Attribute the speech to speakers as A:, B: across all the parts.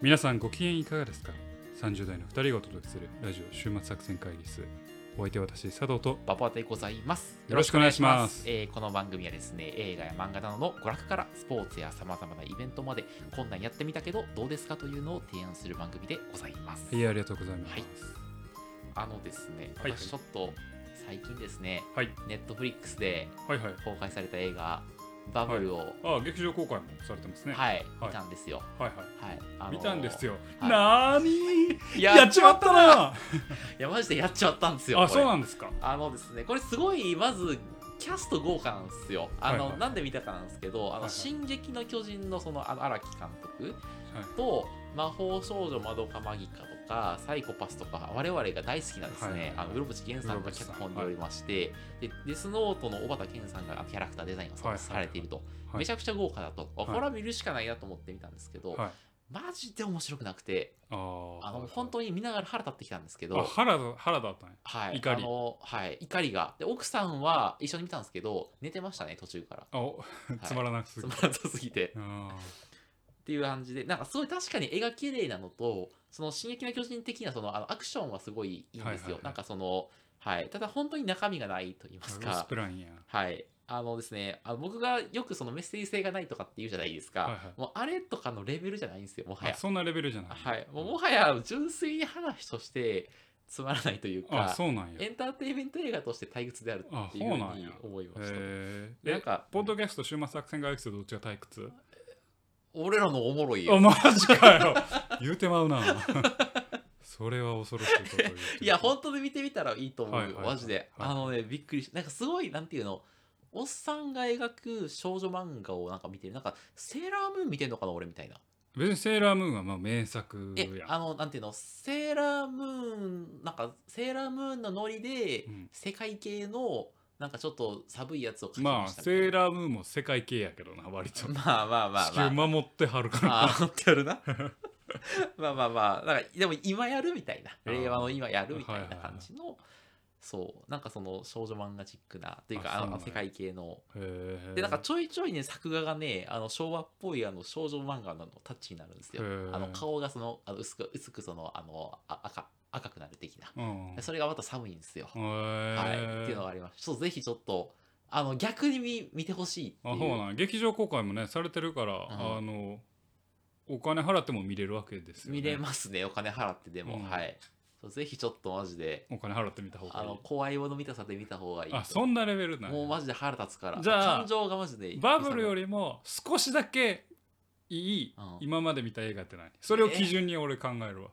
A: 皆さんご機嫌いかがですか ?30 代の2人がお届けするラジオ週末作戦会議室。お相手は私、佐藤と
B: ババでございます。
A: よろしくお願いします
B: えーこの番組はですね、映画や漫画などの娯楽からスポーツやさまざまなイベントまで、こんなんやってみたけど、どうですかというのを提案する番組でございます。
A: はい、ありがとうございます。
B: はいあのですね、
A: はい
B: 私ちょっと最近ですね、
A: はい、
B: ネットフリックスで
A: はい、はい。
B: 公開された映画、バブルを、はい、
A: ああ、劇場公開もされてますね。い、はい
B: 見たんですよ。
A: はい、
B: はい。あのー
A: 見たんです。よ。
B: はい
A: なーに
B: い
A: ー
B: や、
A: やっちまったない
B: や、マジでやっちまったんですよ。
A: あ、
B: こ
A: そ
B: れ
A: うなんですか。
B: あのですね、これすごい、まず、キャスト豪華なんですよ。あの、
A: はいはい
B: なんで見たかなんですけど、あの、
A: いはい
B: 進撃の巨人のその、あの荒木監督
A: はい
B: と、魔法少女まどかマギカとか、サイコパスとか、我々が大好きなんです
A: は
B: ね、
A: いはいはい
B: あの、室伏源さんが脚本におりまして、で、デスノートの小畑健さんがあのキャラクターデザイン
A: はい
B: を
A: はい
B: されていると、
A: はい
B: めちゃくちゃ豪華だと、あ
A: い
B: これは見るしかないなと思って見たんですけど、
A: はい。
B: マジで面白くなくて、
A: あ
B: あの、
A: の
B: 本当に見ながら腹立ってきたんですけど、
A: あ、原田、原田だったね。
B: はい、
A: 怒り
B: あの、はい、怒りが。で、奥さんは一緒に見たんですけど、寝てましたね、途 中から。
A: あ、おつまらなくす
B: つ
A: ぎ
B: ま
A: る。
B: らなさすぎて。
A: あ
B: っていう感じで、なんかすごい確かに絵が綺麗なのと、その、進撃の巨人的なその、あの、アクションはすごいいいん
A: はいは
B: で
A: い
B: す
A: は
B: よ
A: い。
B: なんかその、はい、ただ本当に中身がないと言います
A: ーロス
B: か
A: プ、ランや。
B: はい、あのですね、あの僕がよくそのメッセージ性がないとかって言うじゃないですか、
A: はいはい
B: もうあれとかのレベルじゃないんですよ、もは
A: あ
B: や。
A: そんなレベルじゃない。
B: はい、もうもはや純粋に話としてつまらないという
A: あ、
B: か、
A: そうなんや。
B: エンターテインメント映画として退屈であるっていうふう
A: あそうなん
B: に
A: や
B: 思いました。
A: えー
B: でなん
A: え、
B: か、
A: ポッドキャスト週末作戦会議室どっちが退屈
B: 俺らのおもろい
A: あ、
B: よ。
A: マジかよ言うてまうな。 それは恐ろしいことを言ってる
B: いや、本当で見てみたらいいと思うよ、
A: はいはいはい
B: マジで。
A: はい
B: あのね、びっくりした。なんかすごい、なんていうの、おっさんが描く少女漫画をなんか見てる。なんか、セーラームーン見てんのかな、俺みたいな。
A: 別にセーラームーンはまあ名作
B: え、
A: やん。
B: あの、なんていうの、セーラームーン、なんか、セーラームーンのノリで、
A: うん
B: 世界系の、なんかちょっと寒いやつを描き
A: ま
B: ま
A: あ、
B: したみたい
A: セー
B: な。
A: ラームーンも世界系やけどな、割と。
B: まあまあまあまあ。
A: 地球守ってはる から。
B: ああ、ってやるな。 まあまあまあ、なんか、でも今やるみたいな、
A: あー
B: 令和の今やるみたい
A: はいは
B: ない
A: はい
B: 感じの、そう、なんかその少女漫画チックな、という
A: あ
B: か、あ
A: そうなん
B: の、
A: や
B: 世界系の、
A: へー
B: で、なんかちょいちょいね、作画がね、あの、昭和っぽいあの少女漫画のタッチになるんですよ
A: へ。ー
B: あの、顔がその、あの薄く、薄くその、あの、あ赤、赤くなる的な。
A: うん。
B: でそれがまた寒いんですよ。はい、っていうの
A: は
B: があります。ちょっとぜひちょっと、あの、逆に見見てほしいってい
A: あ
B: う。
A: そうなん劇場公開もねされてるから、
B: ん
A: あのお金払っても見れるわけですよ、ね、
B: 見れますね、お金払ってでも。
A: うん
B: はい。そうぜひちょっとマジで、
A: お金払ってみた方が
B: あ
A: いい
B: の、怖いもの見たさで見た方がいい。
A: あそんなレベルなんや
B: もうマジで腹立つから。
A: じゃあ
B: 感情がマジで。
A: バブルよ
B: り。
A: りも少しだけいい、
B: うん
A: 今まで見た映画って何それを基準に俺考えるわ、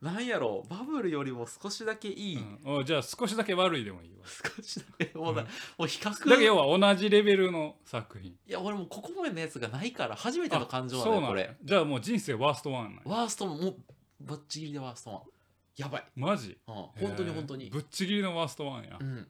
B: なんやろう、バブルよりも少しだけいい。
A: うんおじゃあ少しだけ悪いでもいいわ
B: 少しだけ、もうな、
A: うん
B: もう比較。
A: だけど要は同じレベルの作品
B: いや、俺もうここまでのやつがないから、初めての感情
A: あ
B: な
A: そう
B: のよ、
A: な
B: こ
A: んや
B: れ。
A: じゃあもう人生ワーストワンなんや
B: ワーストも、もう、バッチギリでワーストワン。やばい。
A: マジ
B: うん、本当に本当
A: えー
B: に
A: ぶ。っちぎりのワーストワンや、
B: うん。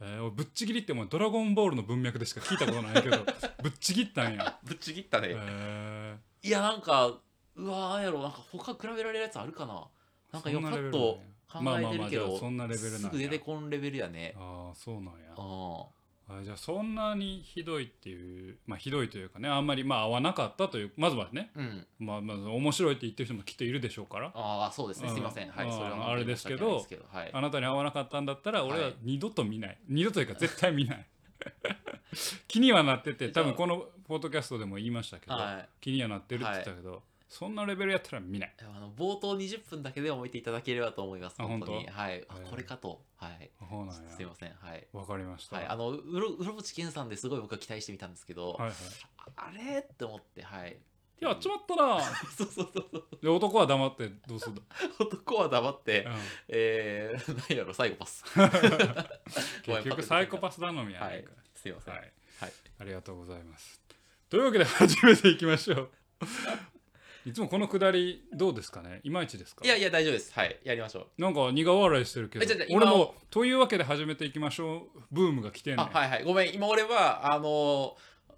A: えー俺ぶっちぎりってお前ドラゴンボールの文脈でしか聞いたことないけ どぶっちぎったんや
B: ぶっちぎったね。
A: え
B: いや、なんか、うわーやろ、なんか他比べられるやつあるかななんかよ
A: そん
B: かっ
A: なレベル
B: と
A: な
B: 考
A: んや
B: えて
A: まあまあ
B: るけ
A: まあじゃ
B: ど、
A: あそんなレベルなんや
B: すぐ出てこんレベルやね
A: ー。ああそうなんや
B: うん。
A: あじゃあそんなにひどいっていうまあひどいというかねあんまりまあ合わなかったというまずはね
B: うん。
A: まあまず面白いって言ってる人もきっといるでしょうから
B: ああ、そうですね。
A: うん
B: すみません。はい。
A: まあ
B: それは
A: あれですけど
B: 申し訳ないですけどは
A: あなたに合わなかったんだったら俺は二度と見ない、二度というか絶対見ない 気にはなってて多分このポッドキャストでも言いましたけど、
B: い。はい。
A: 気にはなってるって言ってたけど、そんなレベルやったら見ない
B: あの冒頭20分だけでも見ていただければと思います。
A: あ
B: 本当
A: 本
B: に。
A: 当
B: はい。あ
A: へー
B: これかと。はい。
A: そうなん
B: すみ
A: や
B: ません。はい。
A: わかりました、
B: はい、あのうろうろぶちけんさんですごい僕は期待してみたんですけど、
A: はいはい
B: あれって思ってはい
A: やっちまったな
B: そうそうそうそう
A: で男は黙ってどうすんだ、
B: 男は黙って
A: う、ん
B: えー、何やろサイコパスごめん
A: 結局サイコパス頼みや
B: は
A: ない
B: い
A: か、
B: すいませ
A: ら、
B: ん。
A: は
B: はいい。
A: ありがとうございますというわけで 始めていきましょういつもこのくだりどうですかねいまいちですか
B: いやいや、大丈夫です。はい。やりましょう。
A: なんか苦笑いしてるけど
B: えちょちょ今
A: 俺もというわけで始めていきましょうブームが来てんねん
B: あ、はいはい。ごめん。今俺は、あのー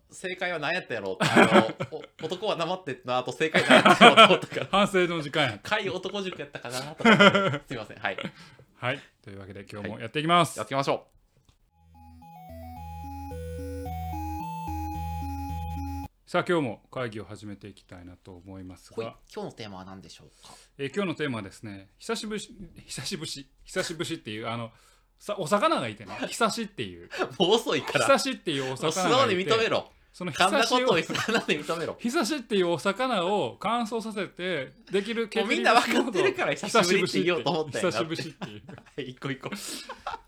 B: 正解は何やったやろうあ のお男は黙ってってなあと正解何やったやろうと思ったから。
A: 反省の時間 や
B: かい男塾やったかな とか。すいません。はい。
A: はいというわけで今日もやっていきます、
B: やっていきましょう。
A: さあ今日も会議を始めていきたいなと思います
B: ほい、今
A: が、
B: 日のテーマは何でしょうか
A: えー今日のテーマはですね久しぶり久しぶり久しぶりっていうあのさお魚がいてね久しっていう
B: もう遅いから。
A: 久しっていうお
B: もう素
A: 魚
B: 直
A: が
B: に
A: いて
B: 認めろ。
A: その
B: 噛ん
A: 久
B: だ
A: し
B: こと
A: を
B: を素直に認めろ。
A: ひさしっていうお魚を乾燥させてできる
B: もうみんな分かってるから久しぶりって言おうと思ったんや
A: 久
B: な
A: し
B: って
A: ぶりっていう
B: 一個一個。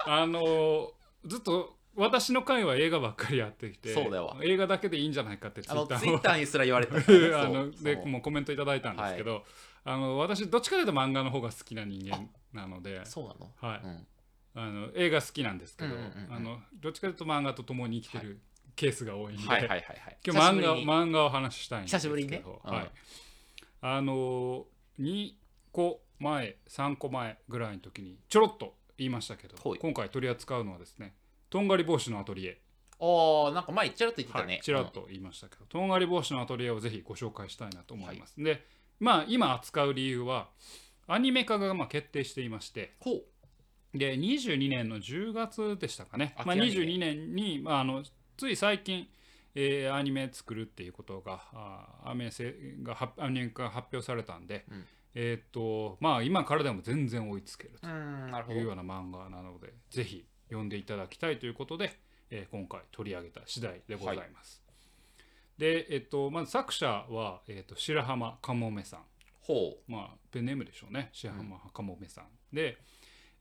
A: あのーずっと私の会は映画ばっかりやってきて
B: そうだわ
A: 映画だけでいいんじゃないかってツイ
B: あの、
A: ッ
B: ツ
A: タ
B: イ
A: ー
B: ッ
A: を
B: ターにすら言われたからね。
A: あ
B: そう
A: ので
B: そう
A: もうコメントいただいたんですけど、あの私どっちかというと漫画の方が好きな人間なので
B: そうなの
A: はい
B: うん
A: あの映画好きなんですけど、
B: うんうんうんうん
A: あのどっちかというと漫画と共に生きてるケースが多いんで、
B: はいはいはいはい。
A: 今日漫画
B: 久しぶりに
A: 漫画を話したいんです
B: 久
A: け
B: し
A: ど
B: ぶりにね。うん
A: はい、あの2個前3個前ぐらいの時にちょろっと言いましたけど
B: はい
A: 今回取り扱うのはですねとんがり帽子のアトリエ、
B: おー、なんか前、ちらっと言ってた
A: はい
B: ね。
A: ちらっと言いましたけど、とんがり帽子のアトリエをぜひご紹介したいなと思います、でまあ今扱う理由はアニメ化がまあ決定していまして
B: うん。こ
A: で22年の10月でしたかね、
B: 秋
A: まあ、
B: アニメ
A: 22年に、まあ、あのつい最近、えーアニメ作るっていうことがあーアニメせが発アニメが発表されたんで、
B: うん
A: えーっとまあ、今からでも全然追いつける
B: う。うーん、なる
A: と
B: ほ
A: いうよ
B: ど。
A: うな漫画なのでぜひ読んでいただきたいということで、えー今回取り上げた次第でございます。で、えっと、まず作者は、えっと、白浜かもめさん。
B: ほ
A: まあ、ペンネームでしょうね白浜かもめさん、で、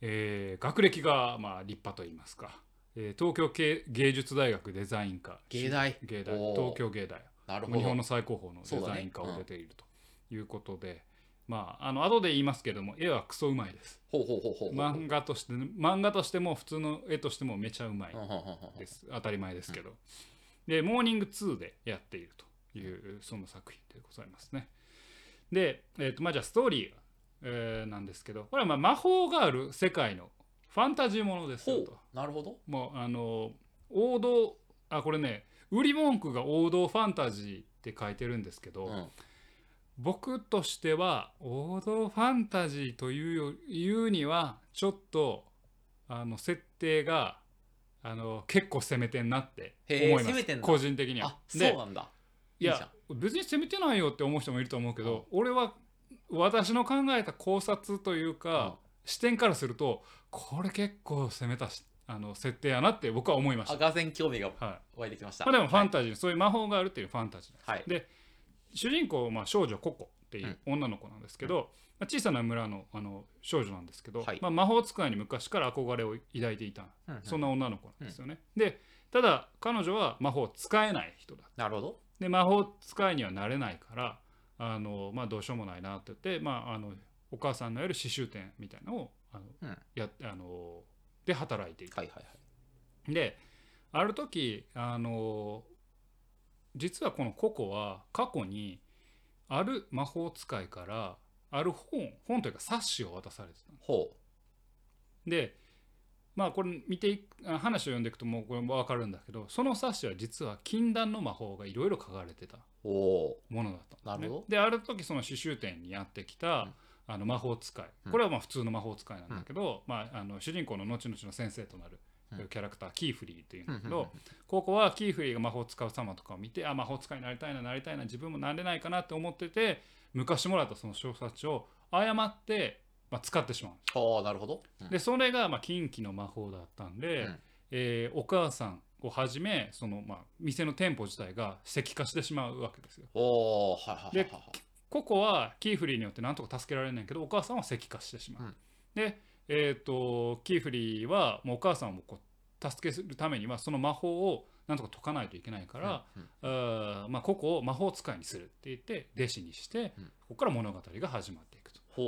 A: えー学歴がまあ立派といいますか、えー東京芸芸術大学デザイン科
B: 芸大
A: 芸大
B: おー
A: 東京芸大
B: う。なるほ
A: もう
B: ど。
A: 日本の最高峰のデザイン科を出ているということで、まああの後で言いますけども絵はクソうまいです
B: ほうほうほうほう。
A: 漫画として漫画としても普通の絵としてもめちゃうまい
B: うんうんうんうんうん
A: です当たり前ですけど、で「モーニング2」でやっているというその作品でございますねで、えーとまあ、じゃあストーリー、えーなんですけどこれはまあ魔法がある世界のファンタジーものです
B: ほ
A: よ
B: う
A: と。
B: なるほど。
A: もうあの王道あこれね売り文句が王道ファンタジーって書いてるんですけど、
B: うん。
A: 僕としては王道ファンタジーというよいうにはちょっとあの設定があの結構攻めてんなって
B: へー
A: 思いま
B: 攻め
A: す
B: てんだ
A: 個人的には
B: あ、。そう
A: で
B: なんだ。
A: い
B: いいじゃ
A: や別に攻めてないよって思う人もいると思うけど、俺は私の考えた考察というか、視点からするとこれ結構攻めたしあの設定やなって僕は思いまし
B: あ、
A: た。
B: がぜん興味が
A: はい
B: 湧いてきました。
A: まあ、でもファン
B: タ
A: タジー、そういう魔法があるっていうファンタジー
B: はい。
A: 主人公はまあ少女ココっていう女の子なんですけど、まあ、小さな村のあの少女なんですけど、
B: はい
A: まあ、魔法使いに昔から憧れを抱いていた、
B: うんうん
A: そんな女の子なんですよね。でただ彼女は魔法を使えない人だ
B: なるほど。
A: で魔法使いにはなれないからあの、まあ、どうしようもないなって言って、まあ、あのお母さんのやる刺繍店みたいなのをあの、
B: うん
A: やあので働いていた
B: はいはいはい。
A: である時あの実はこのココは過去にある魔法使いからある本本というか冊子を渡されてたの
B: ほ
A: でまあこれ見ていくあ話を読んでいくともうこれ分かるんだけどその冊子は実は禁断の魔法がいろいろ書かれてた
B: う。お
A: ものだったんですね、
B: なるほど
A: である時その刺繍店にやってきた、
B: うん
A: あの魔法使い
B: うん
A: これはまあ普通の魔法使いなんだけど、まあ、あの主人公の後々の先生となる
B: うん
A: キャラクター、キーフリーっていうん
B: う
A: だ
B: ん
A: け
B: う
A: ど、
B: んうん。
A: 高校はキーフリーが魔法使う様とかを見てあ魔法使いになりたいななりたいな自分もなれないかなって思ってて昔もらったその小冊子を誤って、まあ、使ってしまうんで
B: ああ、なるほど。うん
A: すでそれがまあ近畿の魔法だったんで、
B: うん
A: えーお母さんをはじめそのまあ店の店舗自体が石化してしまうわけですよ
B: おお、はいはいはいはいはい。
A: ココはキーフリーによってなんとか助けられないけどお母さんは石化してしまう、
B: うん
A: で、えー、とキーフリーはもうお母さんをこう助けするためにはその魔法をなんとか解かないといけないから、
B: うん
A: あーまあ、ここを魔法使いにするって言って弟子にして、
B: うん
A: ここから物語が始まっていくと
B: ほ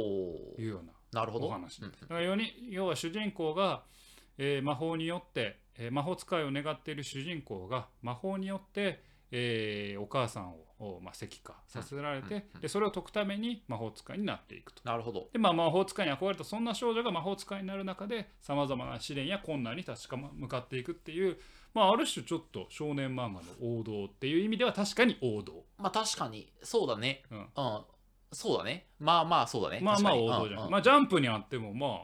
A: いう
B: う。
A: ような
B: なるほど。
A: お話
B: うんうん
A: だから要に要は主人公が、えー魔法によって、えー魔法使いを願っている主人公が魔法によって、えーお母さんを、おまあ、石化させられて、
B: うんうんうん
A: でそれを解くために魔法使いになっていくと。
B: なるほど。
A: でまあ、魔法使いに憧れたそんな少女が魔法使いになる中でさまざまな試練や困難に立ち向かっていくっていう、まあ、ある種ちょっと少年漫画の王道っていう意味では確かに王道
B: まあ確かに、そうだね。
A: うん
B: うん。そうだね。まあまあそうだね。
A: まあまあ
B: 確かに
A: 王道じゃ
B: うん
A: ん、
B: うん
A: まあ、ジャンプにあってもまあ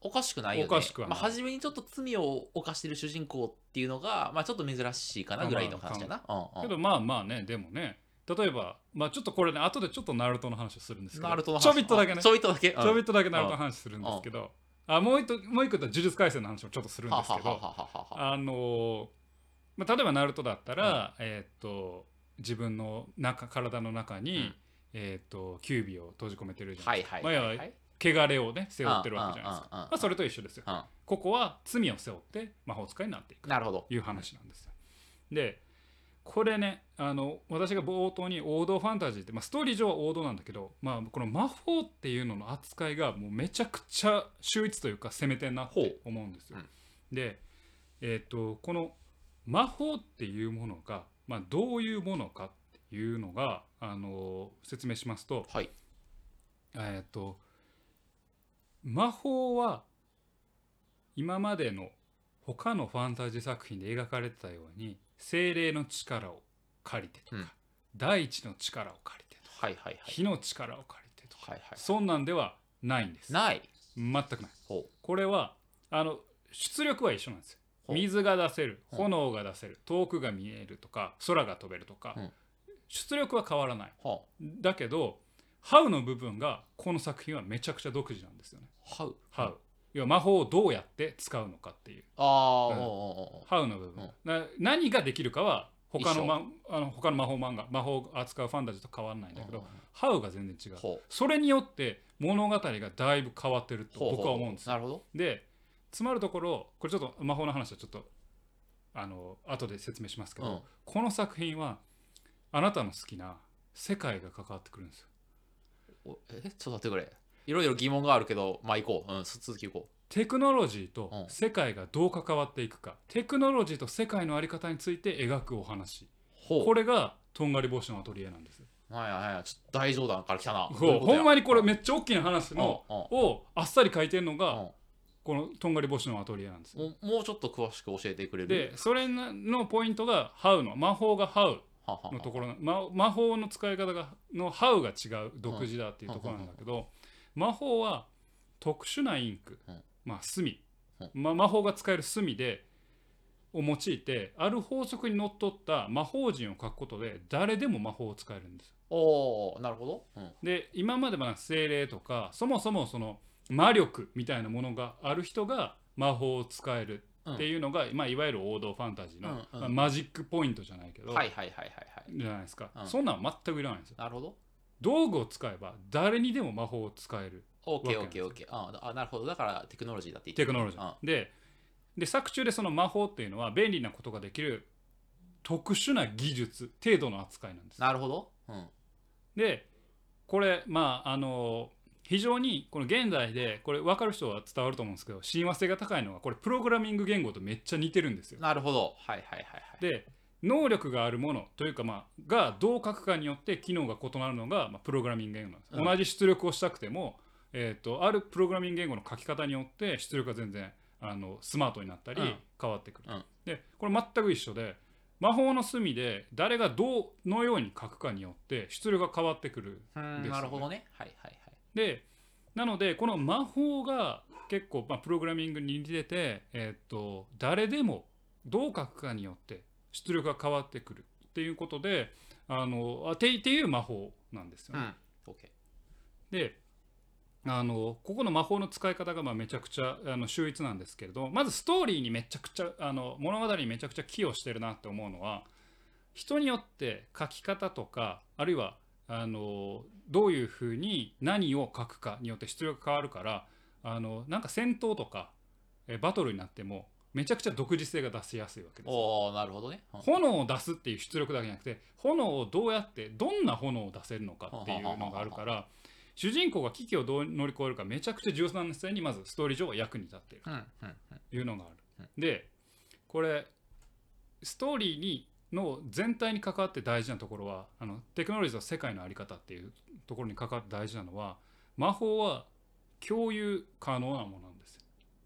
B: おかしくないよね。
A: おかしくはない
B: まあ、初めにちょっと罪を犯してる主人公っていうのが、まあ、ちょっと珍しいかなぐらいの話だな。う
A: け
B: んうん
A: どまあまあねでもね例えばまあちょっとこれね後でちょっとナルトの話をするんですけど
B: ナルトの話
A: ちょびっとだけね
B: ちょびっとだけ。うん
A: ちょびっとだけナルトの話するんですけど、あもう一個もう一個言ったら呪術廻戦の話もちょっとするん
B: は
A: です
B: は
A: けど、
B: ははははは。
A: あのーまあ、例えばナルトだったら、えーっと自分の中体の中に、
B: うん
A: えーっとキュービを閉じ込めてるじゃな
B: はいい
A: ですか
B: はい
A: まあ
B: はいい
A: や
B: はいはい。
A: 汚れをね背負ってるわけじゃないですか、
B: うんうんうんうん
A: まあ、それと一緒ですよ、
B: うん
A: ここは罪を背負って魔法使いになっていく
B: なるほど。
A: という話なんですよでこれねあの私が冒頭に王道ファンタジーって、まあ、ストーリー上は王道なんだけど、まあ、この魔法っていうのの扱いがもうめちゃくちゃ秀逸というか攻めてんなっ
B: ほ
A: て
B: う
A: 思うんですよ。
B: うん
A: で、えー、とこの魔法っていうものが、まあ、どういうものかっていうのがあの説明しますと,、
B: はい。
A: えー、と魔法は今までの他のファンタジー作品で描かれてたように精霊の力を借りてとか、
B: うん
A: 大地の力を借りてとか
B: はいはいはい。
A: 火の力を借りてとか、
B: はいはい。
A: そんなんではないんです
B: ない。
A: 全くない
B: ほ
A: これはあの出力は一緒なんですよ
B: ほう
A: 水が出せる
B: うん
A: 炎が出せる遠くが見えるとか空が飛べるとか、
B: うん。
A: 出力は変わらないう
B: ほ
A: だけどハウの部分がこの作品はめちゃくちゃ独自なんですよね
B: う。はう。
A: ハウ、要は魔法をどうやって使うのかっていう
B: ああ、お
A: うん
B: うおうおう
A: ハウの部分、
B: うん
A: な何ができるかは他の,、ま、あの他の魔法漫画魔法を扱うファンタジーと変わらないんだけど、
B: うんうんうん
A: ハウが全然違う
B: ほう。
A: それによって物語がだいぶ変わってると
B: ほうほうほう
A: 僕は思うんですよ
B: なるほど。
A: で詰まるところこれちょっと魔法の話はちょっとあの後で説明しますけど、
B: うん
A: この作品はあなたの好きな世界が関わってくるんですよ。
B: おえ、ちょっと待ってくれ。いろいろ疑問があるけど、まあ行こう。うん、す続き行こ
A: テクノロジー
B: う
A: と
B: ん
A: 世界がどう関わっていくか、テクノロジーと世界のあり方について描くお話
B: う。ほう。
A: これがとんがり帽子のアトリエなんです
B: はいはいはい。ちょっと大冗談から来たな。どうい
A: そう
B: うこと
A: ほ
B: や
A: んまにこれめっちゃ大きな話
B: うんうん
A: のをあっさり書いてるの
B: う
A: が
B: ん
A: このとんがり帽子のアトリエなんですよ
B: もうもうちょっと詳しく教えてくれる
A: でそれのポイントが「ハウ」の魔法が「ハウ」
B: ははは
A: のところなま魔法の使い方がの「ハウ」が違う独自だっていうところなんだけど魔法は特殊なインク
B: うん
A: まあ墨
B: うん
A: ま魔法が使える墨でを用いてある法則にのっとった魔法陣を書くことで誰でも魔法を使えるんです
B: おおなるほど。うん
A: で今までは精霊とかそもそもその魔力みたいなものがある人が魔法を使えるっていうのが、まあ、いわゆる王道ファンタジーの、
B: うんうん
A: まあマジックポイントじゃないけど、
B: はいはいはいはいはい。
A: じゃないですか、
B: うん
A: そんなん全くいらないんですよ
B: なるほど。
A: 道具を使えば誰にでも魔法を使える
B: オッケー
A: わ
B: オ
A: け
B: ッケー
A: な
B: オッケー。ああなるほど。だからテクノロジーだって言って
A: テクノロジー、でで作中でその魔法っていうのは便利なことができる特殊な技術程度の扱いなんです
B: なるほど。うん。
A: でこれまああの非常にこの現代でこれ分かる人は伝わると思うんですけど親和性が高いのはこれプログラミング言語とめっちゃ似てるんですよ。
B: なるほど。はいはいはいはい。
A: で能力があるものというか、まあ、がどう書くかによって機能が異なるのが、まあ、プログラミング言語なんです、
B: うん
A: 同じ出力をしたくても、えー、とあるプログラミング言語の書き方によって出力が全然あのスマートになったり
B: うん
A: 変わってくる、
B: うん
A: でこれ全く一緒で魔法の隅で誰がどうのように書くかによって出力が変わってくる
B: う
A: ですよ
B: ーん
A: ね
B: なるほどね。はいはいはい。
A: でなのでこの魔法が結構、まあ、プログラミングに似てて、えーっと誰でもどう書くかによって出力が変わってくるっていうことであのあてっていう魔法なんですよ
B: う
A: ね。
B: ん。オッケ
A: であのここの魔法の使い方がまあめちゃくちゃあの秀逸なんですけれどまずストーリーにめちゃくちゃあの物語にめちゃくちゃ寄与してるなって思うのは人によって書き方とかあるいはあのどういうふうに何を書くかによって出力が変わるからあのなんか戦闘とかえバトルになってもめちゃくちゃ独自性が出せやすいわけ
B: ー。
A: ですよ。
B: おおなるほどね。うん
A: 炎を出すっていう出力だけじゃなくて炎をどうやってどんな炎を出せるのかっていうのがあるから主人公が危機をどう乗り越えるかめちゃくちゃ重要な線にまずストーリー上は役に立っている
B: うんうんうん。
A: というのがある。でこれストーリーにの全体に関わって大事なところはあのテクノロジーの世界の在り方っていうところに関わって大事なのは魔法は共有可能なものなんですよ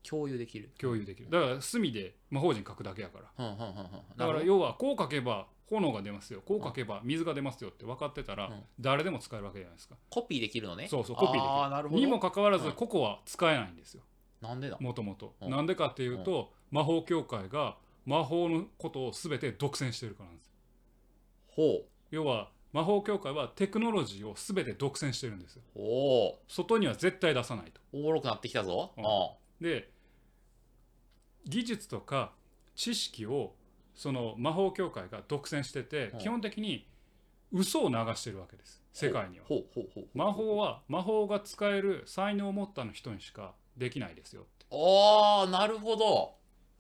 B: 共有できる。
A: 共有できるだから隅で魔法陣書くだけやから
B: うんうんうんうん。
A: だか
B: な
A: ら
B: るほ
A: 要はこう書けば炎が出ますよこう書けば水が出ますよって分かってたら
B: うん
A: 誰でも使えるわけじゃないですか、
B: どコピーできるのね。
A: そうそうコピーできる
B: ああ、なるほど。
A: にもかかわらず
B: うん
A: ここは使えないんですよ
B: なんでだ
A: もともと
B: うん
A: なんでかっていうと魔法協会が魔法のことを全て独占してるからなんですよ
B: ほ
A: 要は魔法協会はテクノロジーを全て独占してるんですよ
B: うお
A: 外には絶対出さないと
B: おおもろくなってきたぞ
A: う
B: うんん
A: で技術とか知識をその魔法協会が独占してて
B: うん
A: 基本的に嘘を流してるわけです世界には
B: ほうほうほう
A: 魔法は魔法が使える才能を持ったの人にしかできないですよって
B: ああなるほどお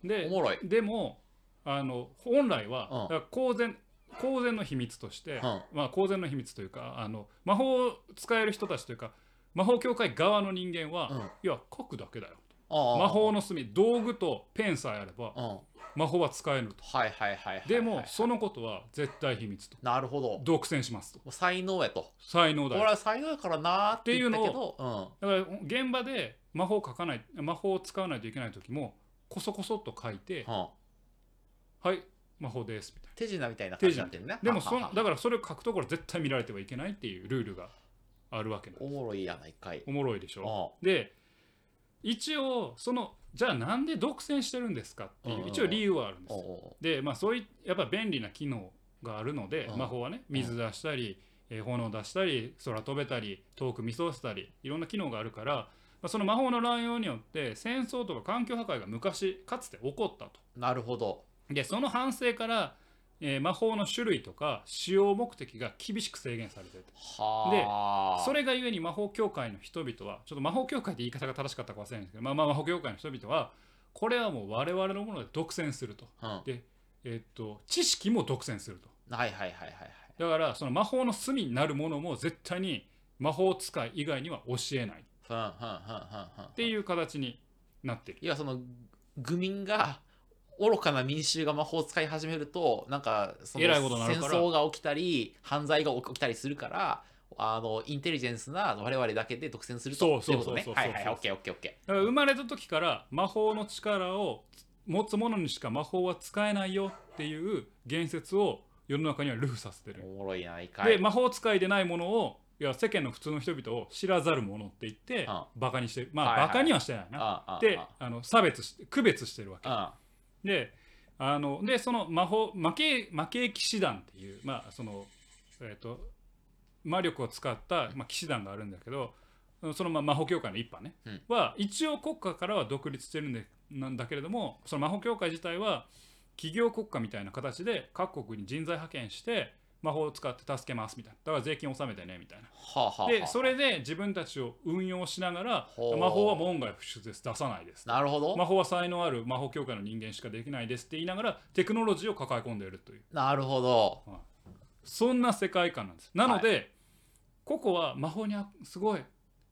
A: で
B: もろい
A: でもあの本来は
B: うん
A: だから公然公然の秘密として、
B: うん
A: まあ、公然の秘密というかあの魔法を使える人たちというか魔法協会側の人間は、
B: うん
A: いや書くだけだよ魔
B: 魔
A: 法の墨道具とペンさえあれば
B: うんはい
A: 魔法は使えると
B: はいはいはいはい
A: でもそのことは絶対秘密と
B: なるほど
A: 独占しますと
B: 才能やと
A: 才能だ
B: 俺
A: よ
B: は才能やからなーって言ったけどうん
A: だから現場で魔法を書かない魔法を使わないといけない時もこそこそっと書いて
B: うん
A: 「はい魔法です」みたい
B: 手品みたいな感じになってるね
A: なでもそ
B: はは
A: の
B: は
A: だからそれを書くところ絶対見られてはいけないっていうルールがあるわけなんで
B: おもろいやないかい
A: おもろいでし
B: う
A: ょ
B: んは
A: で一応そのじゃあなんで独占してるんですかって
B: うんうん
A: いううん一応理由はあるんです
B: お
A: よ
B: お
A: でまあそういやっぱ便利な機能があるので
B: うん
A: 魔法はね
B: ん
A: 水出したりえー炎出したり空飛べたり遠く見通せたりいろんな機能があるからまあその魔法の乱用によって戦争とか環境破壊が昔かつて起こったと。
B: なるほど
A: でその反省からえー魔法の種類とか使用目的が厳しく制限されてる
B: はあ
A: それがゆえに魔法協会の人々はちょっと魔法協会って言い方が正しかったか忘れないんですけど、まあ、まあ魔法協会の人々はこれはもう我々のもので独占すると,、
B: うんはい
A: えっと知識も独占すると
B: はいはいはいはい
A: だからその魔法の隅になるものも絶対に魔法使い以外には教えないっ
B: ふんふんふんふんふんって
A: いう形になってる
B: いやその愚民が愚かな民衆が魔法を使い始めるとなんかその
A: えらいことになるから
B: 戦争が起きたり犯罪が起きたりするからあのインテリジェンスな我々だけで独占すると
A: そうそう
B: っていことね
A: そうそうそう
B: はいはいオッケーオッケーオッケ
A: だから生まれた時から魔法の力を持つ者にしか魔法は使えないよっていう言説を世の中にはルフさせてる
B: ーおもろいないかい
A: で魔法使いでないものをいや世間の普通の人々を知らざるものって言って
B: あ
A: バカにしてるまあ、
B: はいはい
A: バカにはしてないな
B: あああ
A: で
B: あ
A: あの差別して区別してるわけ
B: あ
A: であのでその魔法魔系魔系騎士団っていうまあそのえっ、と魔力を使った、まあ、騎士団があるんだけどそのまあ魔法協会の一派ね、
B: うん
A: は一応国家からは独立してるんでなんだけれどもその魔法協会自体は企業国家みたいな形で各国に人材派遣して魔法を使って助けますみたいなだから税金納めてねみたいな
B: はあはあはあ
A: でそれで自分たちを運用しながら
B: ほう
A: 魔法は門外不出です出さないです
B: なるほど、
A: 魔法は才能ある魔法協会の人間しかできないですって言いながらテクノロジーを抱え込んでいるという
B: なるほど
A: そんな世界観なんですなので、ここは魔法にあすごい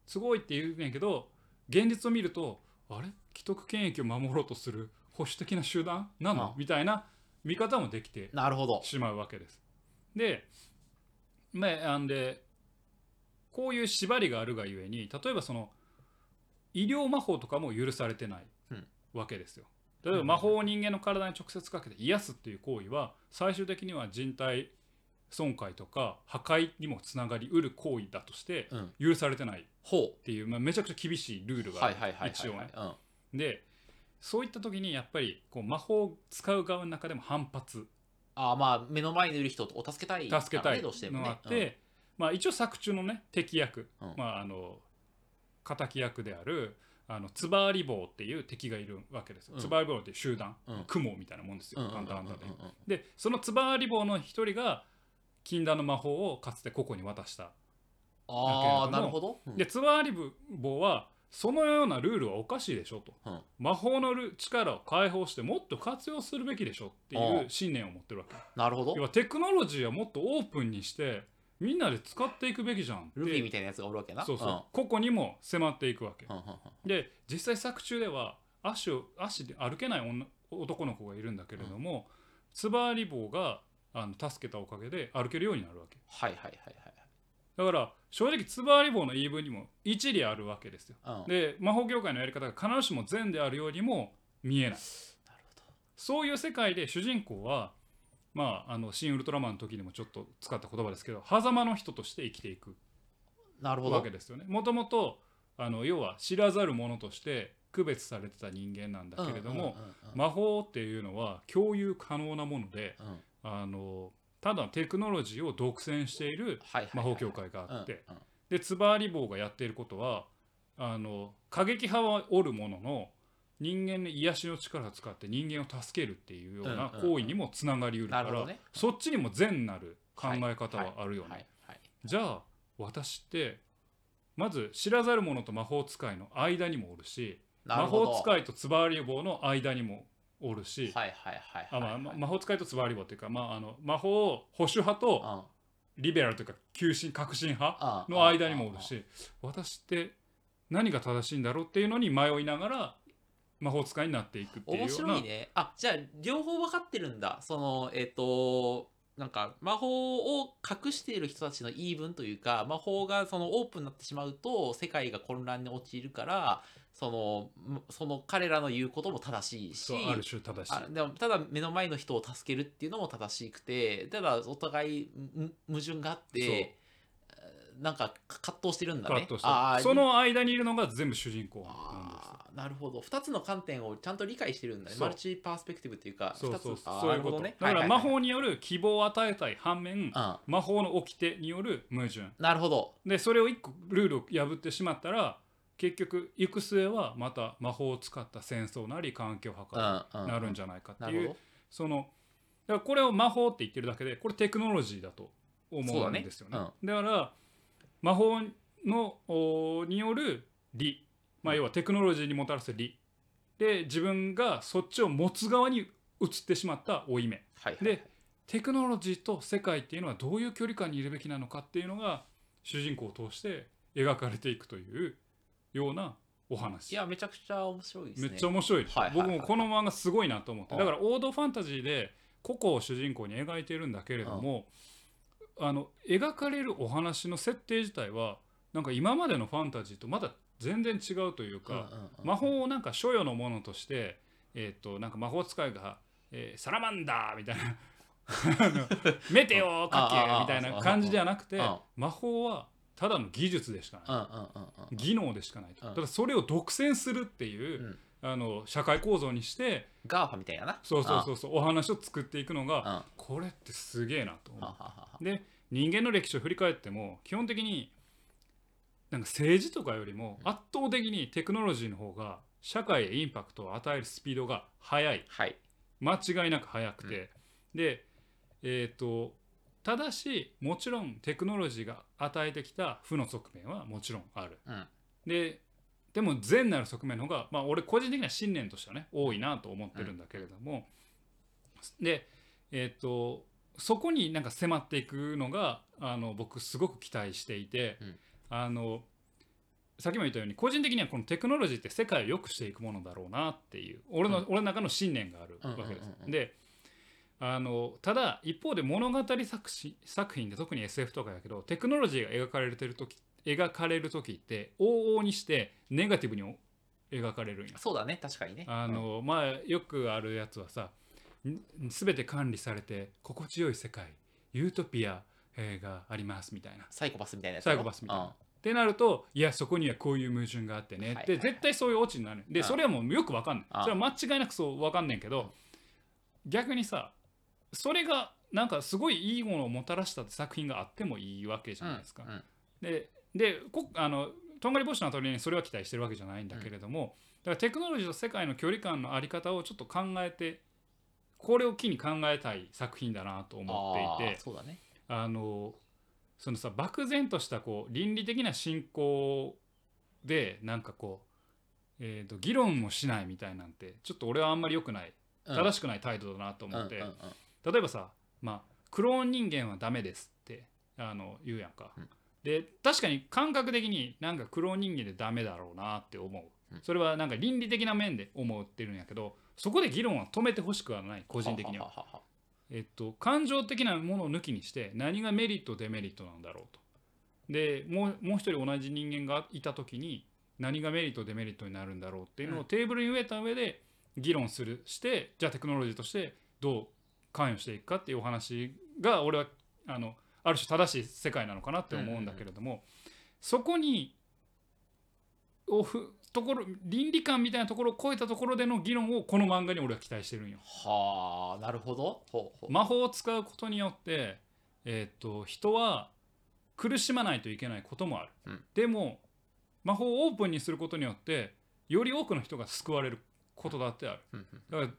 A: すごいって言うねんけど現実を見るとあれ既得権益を守ろうとする保守的な集団なの
B: あ
A: みたいな見方もできて
B: なるほど
A: しまうわけですでまああんでこういう縛りがあるがゆえに例えばその医療魔法とかも許されてない
B: うん
A: わけですよ。例えば魔法を人間の体に直接かけて癒すっていう行為は最終的には人体損壊とか破壊にもつながりうる行為だとして
B: うん
A: 許されてないっ
B: ほ
A: ていう、まあ、めちゃくちゃ厳しいルール
B: う
A: があ
B: はい
A: る
B: はいはいはいはい
A: 一応ね。
B: うん
A: でそういった時にやっぱりこう魔法を使う側の中でも反発
B: ああまあ目の前にいる人を助けたいからね
A: 助けたい
B: どうして
A: の
B: もね
A: があって、まあ、一応作中のね敵役、
B: うん
A: まあ、あの敵役であるあのつばあり棒っていう敵がいるわけですよ。
B: うん
A: つばあり棒っていう集団、
B: うん
A: 雲みたいなもんですよ、
B: うんうん
A: ハンターハンターで
B: うんう。んうん
A: でそのつばあり棒の一人が禁断の魔法をかつてここに渡した。
B: ああ
A: だけれども
B: なるほど、うん
A: でつばあり棒はそのようなルールはおかしいでしょと、
B: うん
A: 魔法のル力を解放してもっと活用するべきでしょっていう信念を持ってるわけ。
B: なるほど
A: 要はテクノロジーはもっとオープンにしてみんなで使っていくべきじゃんって
B: ルフィみたいなやつがおるわけな。
A: そうそう、個々にも迫っていくわけ、
B: うん。うんうんうん
A: で実際作中では足を足で歩けない女男の子がいるんだけれども、つばあり棒があの助けたおかげで歩けるようになるわけ
B: はいはいはい
A: だから正直つばあり棒の言い分にも一理あるわけですよ
B: はい。うん、
A: で魔法業界のやり方が必ずしも善であるようにも見えない
B: なるほ
A: そういう世界で主人公は、まあ、あの新ウルトラマンの時にもちょっと使った言葉ですけど狭間の人として生きていく
B: ど。なるほ
A: わ
B: ど
A: け。ですよね。もともとあの要は知らざる者として区別されてた人間なんだけれども、
B: ま
A: 魔法っていうのは共有可能なもので
B: うんはい
A: あのただテクノロジーを独占している
B: はいはい
A: 魔法協会があって、
B: うんうん
A: でつばあり棒がやっていることはあの過激派はおるものの人間の癒しの力を使って人間を助けるっていうような
B: うんうんうん
A: 行為にもつながりうるか
B: なる
A: ら、
B: ほどね
A: そっちにも善なる考え方はあるよね。
B: はいはい
A: じゃあ私ってまず知らざる者と魔法使いの間にもおるし
B: なる
A: 魔
B: ほど
A: 法使いとつばあり棒の間にもおるし、
B: はいはいはい
A: あまあ
B: はい
A: ま
B: はい
A: 魔法使いとつばあり棒っていうか、まあ、あの魔法保守派とリベラルというか急進革新派
B: うん
A: の間にもおるし私って何が正しいんだろうっていうのに迷いながら魔法使いになっていくっていうよ
B: 面
A: う
B: 白
A: ない
B: ねあじゃあ両方分かってるんだそのえっ、となんか魔法を隠している人たちの言い分というか魔法がそのオープンになってしまうと世界が混乱に陥るからそのむその彼らの言うことも正しいし
A: そうある種正しい
B: あでもただ目の前の人を助けるっていうのも正しくてただお互いむ矛盾があってなんか葛藤してるんだね
A: カットし
B: あ
A: た
B: ー
A: その間にいるのが全部主人公なんです
B: あーなるほど2つの観点をちゃんと理解してるんだね
A: そう
B: マルチパースペクティブっていうか
A: そう
B: 二つ
A: そう
B: あ
A: そうそう
B: ーないる
A: う
B: ほ
A: こ
B: ど
A: と
B: ね
A: だから魔
B: はい
A: 法による希望を与えたい反面
B: はいはい
A: 魔法の掟による矛盾
B: うんなるほど
A: でそれを一個ルールを破ってしまったら結局行く末はまた魔法を使った戦争なり環境破
B: うん
A: 壊
B: うん
A: になるんじゃないかって
B: な
A: いう、
B: るほ
A: そのだからこれを魔法って言ってるだけでこれテクノロジーだと
B: そう
A: 思う
B: だ
A: ん
B: ね
A: ですよねだから魔法のおによる利、まあ、要はテクノロジーにもたらす利で自分がそっちを持つ側に移ってしまった負い目
B: どはいはい
A: でテクノロジーと世界っていうのはどういう距離感にいるべきなのかっていうのが主人公を通して描かれていくというようなお話
B: いやめちゃくちゃ面白いです
A: め
B: ね
A: っちゃ面白いでしょ、
B: はいはいはい
A: 僕もこの漫画すごいなと思って
B: うん
A: だから王道ファンタジーで個々を主人公に描いてるんだけれども、あの描かれるお話の設定自体はなんか今までのファンタジーとまだ全然違うというか、
B: うんうんうん
A: 魔法をなんか所与のものとして、えー、となんか魔法使いが、えーサラマンダーみたいなあ のメテオをか
B: ああああ
A: けみたいな感じじゃなくて
B: ああああ
A: 魔法はただの技術でしか
B: う
A: ない
B: んうんうんうん
A: 技能でしかない
B: うん
A: ただそれを独占するっていう、
B: うん
A: あの社会構造にして
B: ガーファみたいなな
A: そうそうそうそうお話を作っていくの
B: うん
A: が
B: は
A: これってすげえなと思う
B: ははは
A: で人間の歴史を振り返っても基本的になんか政治とかよりも圧倒的にテクノロジーの方が社会へインパクトを与えるスピードが速い
B: はい
A: 間違いなく速くて、でえっ、とただしもちろんテクノロジーが与えてきた負の側面はもちろんある
B: うん
A: ででも善なる側面の方が、まあ、俺個人的な信念としてはね多いなと思ってるんだけれども、でえっ、とそこになんか迫っていくのがあの僕すごく期待していて、
B: うん
A: あのさっきも言ったように個人的にはこのテクノロジーって世界を良くしていくものだろうなっていう俺の、
B: うん
A: 俺の中の信念があるわけです。
B: うんうんうんうん
A: であのただ一方で物語作詞作品で特に SF とかやけどテクノロジーが描かれてる時描かれる時って往々にしてネガティブに描かれるんや。
B: そうだね確かにね
A: あ
B: うん
A: のまあよくあるやつはさん全て管理されて心地よい世界ユートピアえーがありますみたいな。っ
B: サイコパスみたいなやつ
A: サイコパスみたいなてなるといやそこにはこういう矛盾があってね
B: はい
A: っ
B: はい
A: て
B: はい
A: 絶対そういうオチになる
B: う
A: で
B: ん
A: それはもうよくわかん
B: う
A: なんいそれは間違いなくそうわかんねんけど逆にさそれがなんかすごいいいものをもたらした作品があってもいいわけじ
B: う
A: ゃ
B: んう
A: なんいですか
B: う。ん
A: ででこあのとんがり帽子のアトリエにそれは期待してるわけじゃないんだけれども、だからテクノロジーと世界の距離感のあり方をちょっと考えてこれを機に考えたい作品だなと思ってい
B: あー
A: て
B: そうだね
A: あのそのさ漠然としたこう倫理的な進行でなんかこう、えー、と議論もしないみたいなんてちょっと俺はあんまり良くない正
B: し
A: しくない態度だなと思って、
B: うんうんうん
A: 例えばさ、まあ、クローン人間はダメですってあの言うやんか、
B: うん
A: で確かに感覚的になんかクローン人間でダメだろうなって思う、
B: うん
A: それはなんか倫理的な面で思ってるんやけどそこで議論は止めてほしくはない個人的には
B: はははは
A: えっと、感情的なものを抜きにして何がメリットデメリットなんだろうと。でもうもう一人同じ人間がいた時に何がメリットデメリットになるんだろうっていうの
B: う
A: をテーブルに植えた上で議論するしてじゃあテクノロジーとしてどう関与していくかっていうお話が俺はあのある種正しい世界なのかなって思うんだけれども、そこにをふところ倫理観みたいなところを超えたところでの議論をこの漫画に俺は期待してるんよ。
B: はあなるほどほうほう、
A: 魔法を使うことによって、えーっと人は苦しまないといけないこともある、
B: うん
A: でも魔法をオープンにすることによってより多くの人が救われることだってある
B: うんうん
A: だから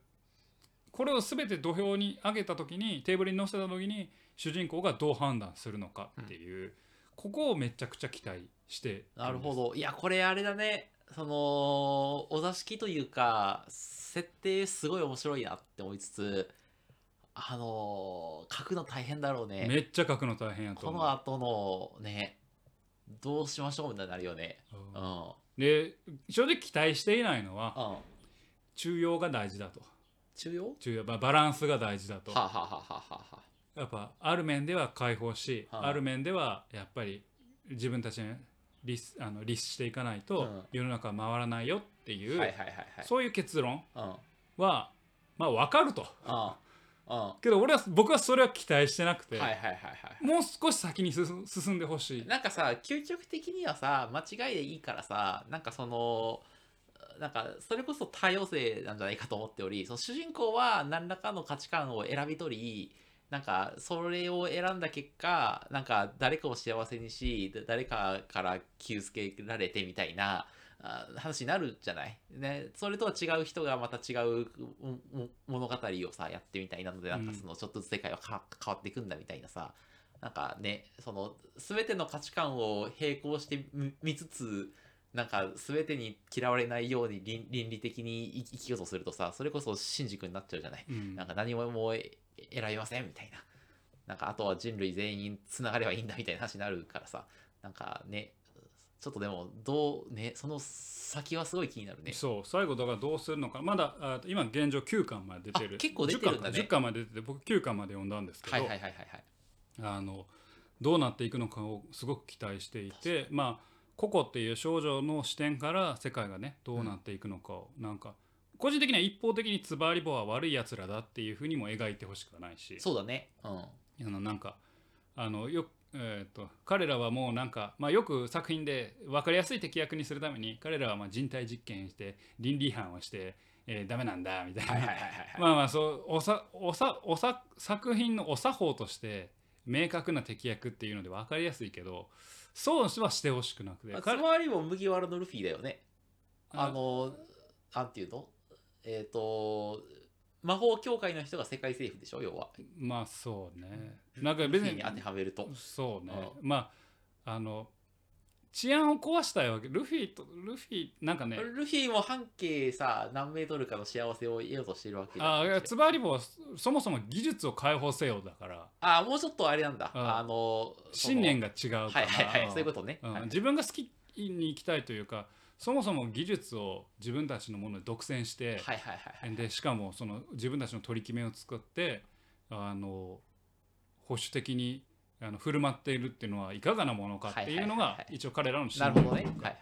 A: これを全て土俵に上げた時にテーブルに載せた時に主人公がどう判断するのかっていう、ここをめちゃくちゃ期待して
B: なるほ
A: ど
B: どいやこれあれだねそのお座敷というか設定すごい面白いなって思いつつあのー書くの大変だろうね
A: めっちゃ書くの大変やと
B: こ
A: 思
B: の
A: う
B: 後のねどうしましょうみたいになるよねうん
A: う
B: うんん
A: で正直期待していないのは中庸が大事だと
B: 中央は
A: 中庸まあバランスが大事だと
B: あはあはあはあはあは
A: やっぱある面では解放し、
B: はい
A: ある面ではやっぱり自分たちに律あの律していかないと
B: うん
A: 世の中は回らないよって
B: あ
A: い、
B: はいうはいはいはい
A: そういう結論
B: うんうん
A: はまあ分かると
B: うん
A: けど俺は僕はそれは期待してなくて、
B: はいはいはいはい
A: もう少し先に進進んでほしい、
B: なんかさ究極的にはさ間違いでいいからさなんかそのなんかそれこそ多様性なんじゃないかと思っておりその主人公は何らかの価値観を選び取りなんかそれを選んだ結果なんか誰かを幸せにしだ誰かから気をつけられてみたいなあ話になるじゃない、ね、それとは違う人がまた違うもも物語をさやってみたいなのでなんかそのちょっとずつ世界はか変わっていくんだみたいなさなんかねその全ての価値観を並行してみ見つつなんか全てに嫌われないように倫倫理的に生き生きようとするとさそれこそ真軸になっちゃうじゃない。
A: うん
B: なんか何ももうえ選びませんみたいな。なんかあとは人類全員つながればいいんだみたいな話になるからさ。なんかね、ちょっとでもどうね、その先はすごい気になるね。
A: そう最後だからどうするのかまだあ今現状9巻まで出てる
B: あ結構出てるんだね
A: 10巻か10巻まで出てて僕9巻まで読んだんですけど、
B: はいはいはいはいはい。
A: あのどうなっていくのかをすごく期待していてまあ個々っていう少女の視点から世界がねどうなっていくのかを、なんか個人的には一方的につばりぼは悪いやつらだっていうふうにも描いてほしくはないし
B: そうだね。うん。
A: あのなんかあのよえー、と彼らはもうなんか、まあ、よく作品で分かりやすい敵役にするために彼らはまあ人体実験して倫理違反をして、えー、ダメなんだみたいな、
B: はいはいはいはい。
A: まあまあそうおさおさおさ作品のお作法として明確な敵役っていうので分かりやすいけどそうはしてほしくなくて
B: まあ、つ
A: 彼
B: まりも麦わらのルフィだよね。
A: あ
B: あの、なんていうのえっ、と、魔法協会の人が世界政府でしょ、要は。
A: まあそうねなんか
B: ル
A: 別
B: フィ
A: に
B: に当てはめると。
A: そうねまああの治安を壊したいわけルフィとルフィなんかね
B: ルフィも半径さ、何メートルかの幸せを得ようとしてるわけじゃん
A: ああつばりぼはそもそも技術を解放せよだから
B: あもうちょっとあれなんだ。
A: うん
B: あの、
A: 信念
B: が。
A: が違うから、
B: はいはいはい、そういうことね。
A: うん
B: はい
A: 自分が好きに行きたいというかそもそも技術を自分たちのもので独占して、
B: はいはいはい。
A: でしかもその自分たちの取り決めを作ってあの保守的にあの振る舞っているっていうのはいかがなものかっていうの
B: はいはいはい
A: が
B: はい
A: 一応彼らの信
B: な
A: 念
B: るほどね。はいはい。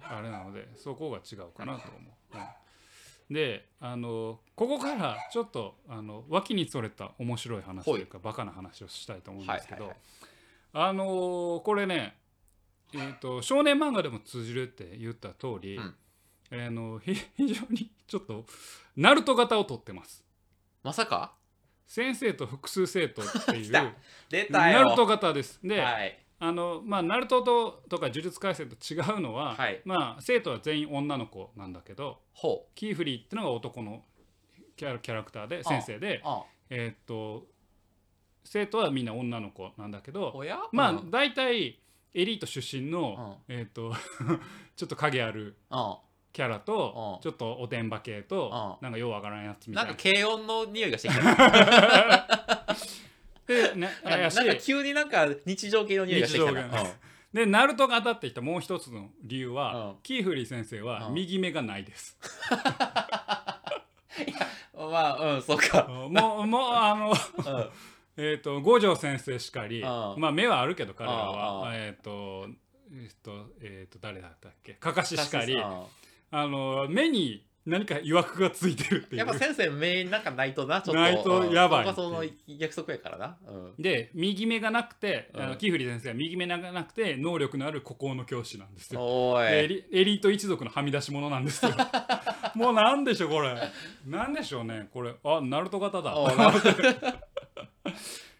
A: あれなのでそこが違うかなと思う。うんであのここからちょっとあの脇にそれた面白い話というかバカな話をしたいと思うんですけ
B: は
A: ど
B: い
A: あのこれね、えー、と少年漫画でも通じるって言った通り、
B: うん
A: あの非非常にちょっとナルト型を取ってます。
B: まさか
A: 先生と複数生徒ってい
B: 来
A: う
B: た出たよ
A: ナルト型です。で、
B: はい。
A: あのまあナルトととか呪術廻戦と違うのは、
B: はい
A: まあ生徒は全員女の子なんだけど、
B: ほう。
A: キーフリーってのが男のキャラキャラクターで
B: あ
A: 先生で、
B: あ
A: えーっと生徒はみんな女の子なんだけど、
B: おや
A: ま
B: う
A: あ
B: ん
A: 大体エリート出身の、えーっと ちょっと影ある
B: う
A: キャラと、
B: うん
A: ちょっとおてんば系と、なんかようわからんやつ
B: ん。
A: みた
B: ないん
A: な。
B: か軽音の匂いがしてき た。な
A: でね、
B: ん
A: 怪
B: か
A: し
B: なんか
A: い
B: 急になんか日常系の匂いがしてきたな。
A: 日
B: う
A: 常
B: ん
A: 系でナルトが当たってきたもう一つの理由は、
B: うん
A: キーフリー先生は
B: うん
A: 右目がないです、
B: まあ、うん、そうか。
A: もうもうあの
B: うん。は
A: えっと五条先生しかり、
B: うん
A: まあ目はあるけど彼らは、
B: うんうん
A: えっ、とえっ、と,、えーと誰だったっけかかししか
B: い
A: りあの目に何か曰くがついてるってい
B: やっぱ
A: う。
B: 先生名なんかないとなちょっと
A: ないとやばい
B: うんそこがその約束やからな、うん、
A: で右目がなくて、あ
B: う
A: の
B: ん
A: キーフリー先生は右目がなくて能力のある孤高の教師なんですよ。
B: お
A: でエ
B: い
A: リエリート一族のはみ出し者なんですよもうなんでしょうこれなんでしょうねこれあナルト型だ
B: おう な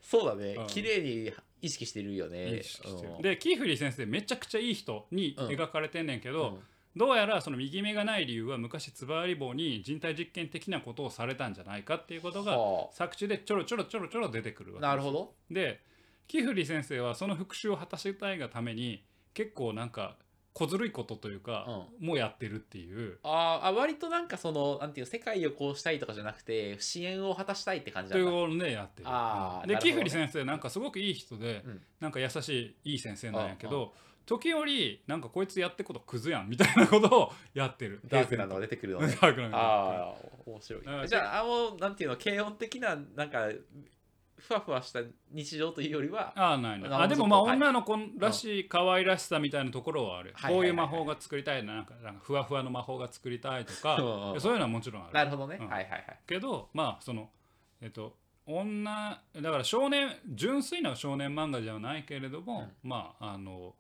B: そうだね、
A: うん
B: 綺麗に意識してるよね
A: 意識してる
B: うん
A: でキーフリー先生めちゃくちゃいい人に
B: うん
A: 描かれてんねんけ
B: う
A: ど、
B: ん
A: どうやらその右目がない理由は昔つばやり棒に人体実験的なことをされたんじゃないかっていうことが
B: は
A: 作中でちょろちょろちょろちょろ出てくるわ
B: あ
A: け
B: なるほど
A: でキフリ先生はその復讐を果たしたいがために結構なんか小ずるいことというか、もうやってるっていう。
B: あーあ割となんかそのなんていうの世界をこうしたいとかじゃなくて支援を果たしたいって感じ
A: と
B: ないん
A: う
B: だ
A: ことねやってる
B: あー
A: うんで
B: なる
A: キフ
B: ほどね
A: リ先生なんかすごくいい人で、
B: うん
A: なんか優しいいい先生なんやけど時折なんかこいつやってことクズやんみたいなことをやってる
B: ダークなのが出てくる
A: ダ
B: のね
A: ークなのが
B: ああ面白
A: だから
B: いじゃああのなんていうの軽音的ななんかふわふわした日常というよりは
A: あーないない
B: なるほど
A: あでもまあ
B: はい
A: 女の子らしい可愛らしさみたいなところはある、
B: はい
A: こ
B: は
A: う
B: い
A: い
B: は
A: う魔
B: い
A: 法が作りたいななんかなんかふわふわの魔法が作りたいとか
B: うんうん
A: そういうのはもちろんある
B: なるほどね、
A: うん
B: はいはいはい
A: けどまあそのえっと女だから少年純粋な少年漫画ではないけれども、まああの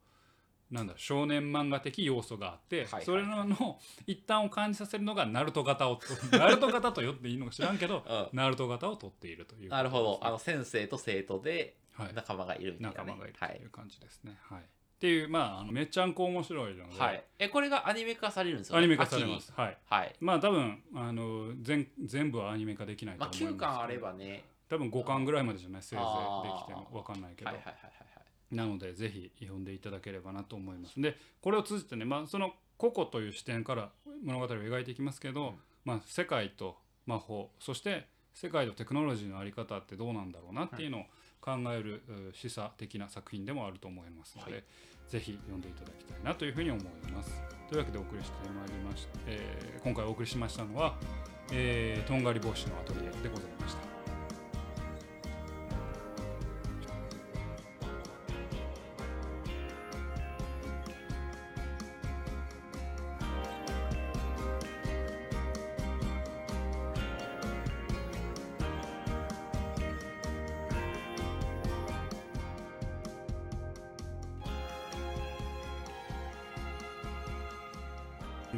A: なんだ少年漫画的要素があって、
B: はいはい
A: それのの 一端を感じさせるのがナルト型を ナルト型と呼っていいのか知らんけど
B: うん
A: ナルト型を取っているということですね、
B: なるほどあの先生と生徒で
A: はい、
B: 仲間がいるみたいな、
A: 仲
B: ね、
A: 間がいるという感じですね。はいっていうまああのめちゃんこ面白いので、
B: はい、はい、えこれがアニメ化されるんですよ、
A: アニメ化されます。はい
B: 秋にはい
A: まあ多分あの全全部はアニメ化できないと
B: まあ
A: 思いますけど、
B: 9巻あればね
A: 多分5巻ぐらいまでじゃないせいぜ
B: あ
A: い
B: ー
A: できても分かんないけど、
B: はいはいはい
A: なのでぜひ読んでいただければなと思いますでこれを通じてね、まあ、その個々という視点から物語を描いていきますけど、
B: うん
A: まあ、世界と魔法そして世界とテクノロジーのあり方ってどうなんだろうなっていうのを考える、う示唆的な作品でもあると思いますので、
B: はい
A: ぜひ読んでいただきたいなというふうに思います。というわけでお送りしてまいりました、えー今回お送りしましたのは、えーとんがり帽子のアトリエでございました。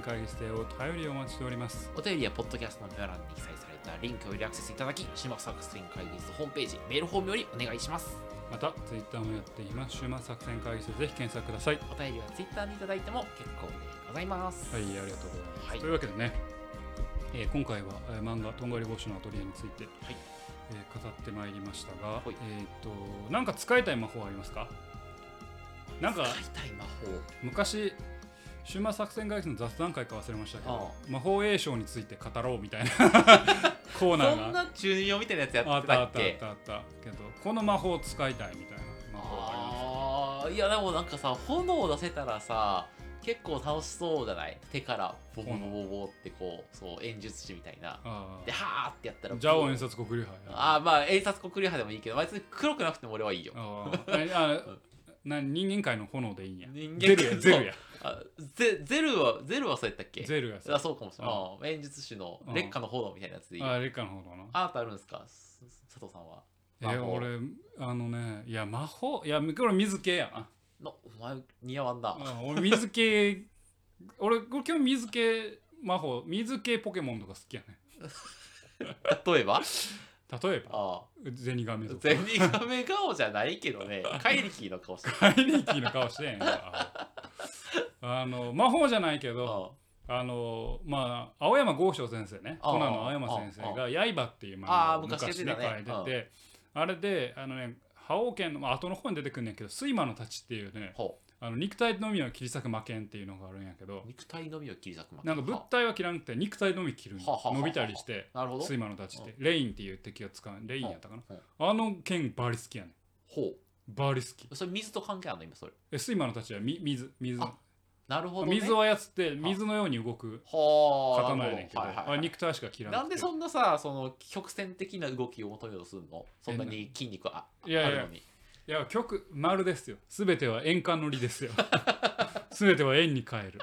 A: 会議指定を頼りお待ちしております。
B: お便りはポッドキャストの概要欄に記載されたリンクよりアクセスいただき島作戦会議室ホームページメールフォームよりお願いします
A: また、ツイッターもやっています。週末作戦会議室でぜひ検索ください。
B: お便りは Twitter にいただいても結構でございます
A: はい、ありがとうございます。
B: はい
A: というわけでね、えー今回は、えー漫画「とんがり帽子のアトリエ」について、
B: はい
A: えー語ってまいりましたが、
B: い
A: えーっとなんか使いたい魔法ありますかなんか
B: 使いたい魔法
A: 昔終末作戦会議の雑談会か忘れましたけど
B: あ
A: 魔法栄翔について語ろうみたい なコーナ
B: そ
A: ー
B: ん
A: が
B: な中二病みたいなやつや
A: あ
B: っ
A: ってた
B: た
A: あったあ
B: っ
A: っ
B: け
A: たあったけどこの魔法を使いたいみたいな魔法があります
B: あーいやでもなんかさ炎を出せたらさ結構楽しそうじゃない手からボボボボボってこうそう演術師みたいな
A: あ
B: ではーってやったら
A: あジャオ演説国流派や
B: ああまあ演札国流派でもいいけど別に黒くなくても俺はいいよ
A: あーああな人間界の炎でいいんや
B: 人間
A: ゼルや
B: 界
A: ゼルや
B: あゼゼルはゼルはそうやったっけ
A: ゼルや
B: あ
A: さ
B: そうかもしれないあ演術師の
A: うん
B: 劣化の炎みたいなやつでいいよ
A: あれかの方だな
B: あなたあるんですかす佐藤さんは魔
A: え
B: 法
A: 俺あのねいや魔法いやこれ水系やな
B: のお前似合わんな
A: うん俺水系俺これ今日水系魔法水系ポケモンとか好きやね
B: 例 えば
A: 例えば
B: あ
A: ゼニガメとか
B: ゼニガメ顔じゃないけど ねカイリキーの顔してる
A: カイリキの顔してんやんかあの魔法じゃないけど
B: あ
A: あのまあ青山剛昌先生ね
B: ああ
A: コナンの青山先生が「刃」っていう漫
B: あ
A: 画
B: あ
A: を
B: 昔やっ
A: 昔
B: て
A: ね
B: た
A: 書い
B: ね
A: ててあれであのね覇王権の、まあ、後の方に出てくんねんけど「睡魔の太刀」っていうね
B: ほ
A: あの肉体のみを切り裂く魔剣っていうのがあるんやけ
B: う
A: ど
B: 肉体のみを切り裂くま
A: なんか物体は切らなくて肉体のみ切るんよ
B: はあはあはあはあ
A: 伸びたりして
B: なるほど
A: 睡魔の太刀ってレインっていう敵を使うレインやったかな
B: は
A: あの剣バリ好きやねん
B: ほ
A: バリ好き
B: うそれ水と関係あるの今それ
A: え睡魔の太刀はみ水水
B: あなるほど、ね、
A: 水を操って水のように動く
B: はあ
A: 刀や
B: な
A: ね
B: る
A: んけ
B: ほど
A: ど
B: はいはい
A: あ
B: はい
A: れ肉体しか切らなくて
B: なんでそんなさその曲線的な動きを求めようとするのそんなに筋肉ああ
A: いやいや
B: あるのに
A: いや 曲丸ですよすべては円環のりですよすべては円に変える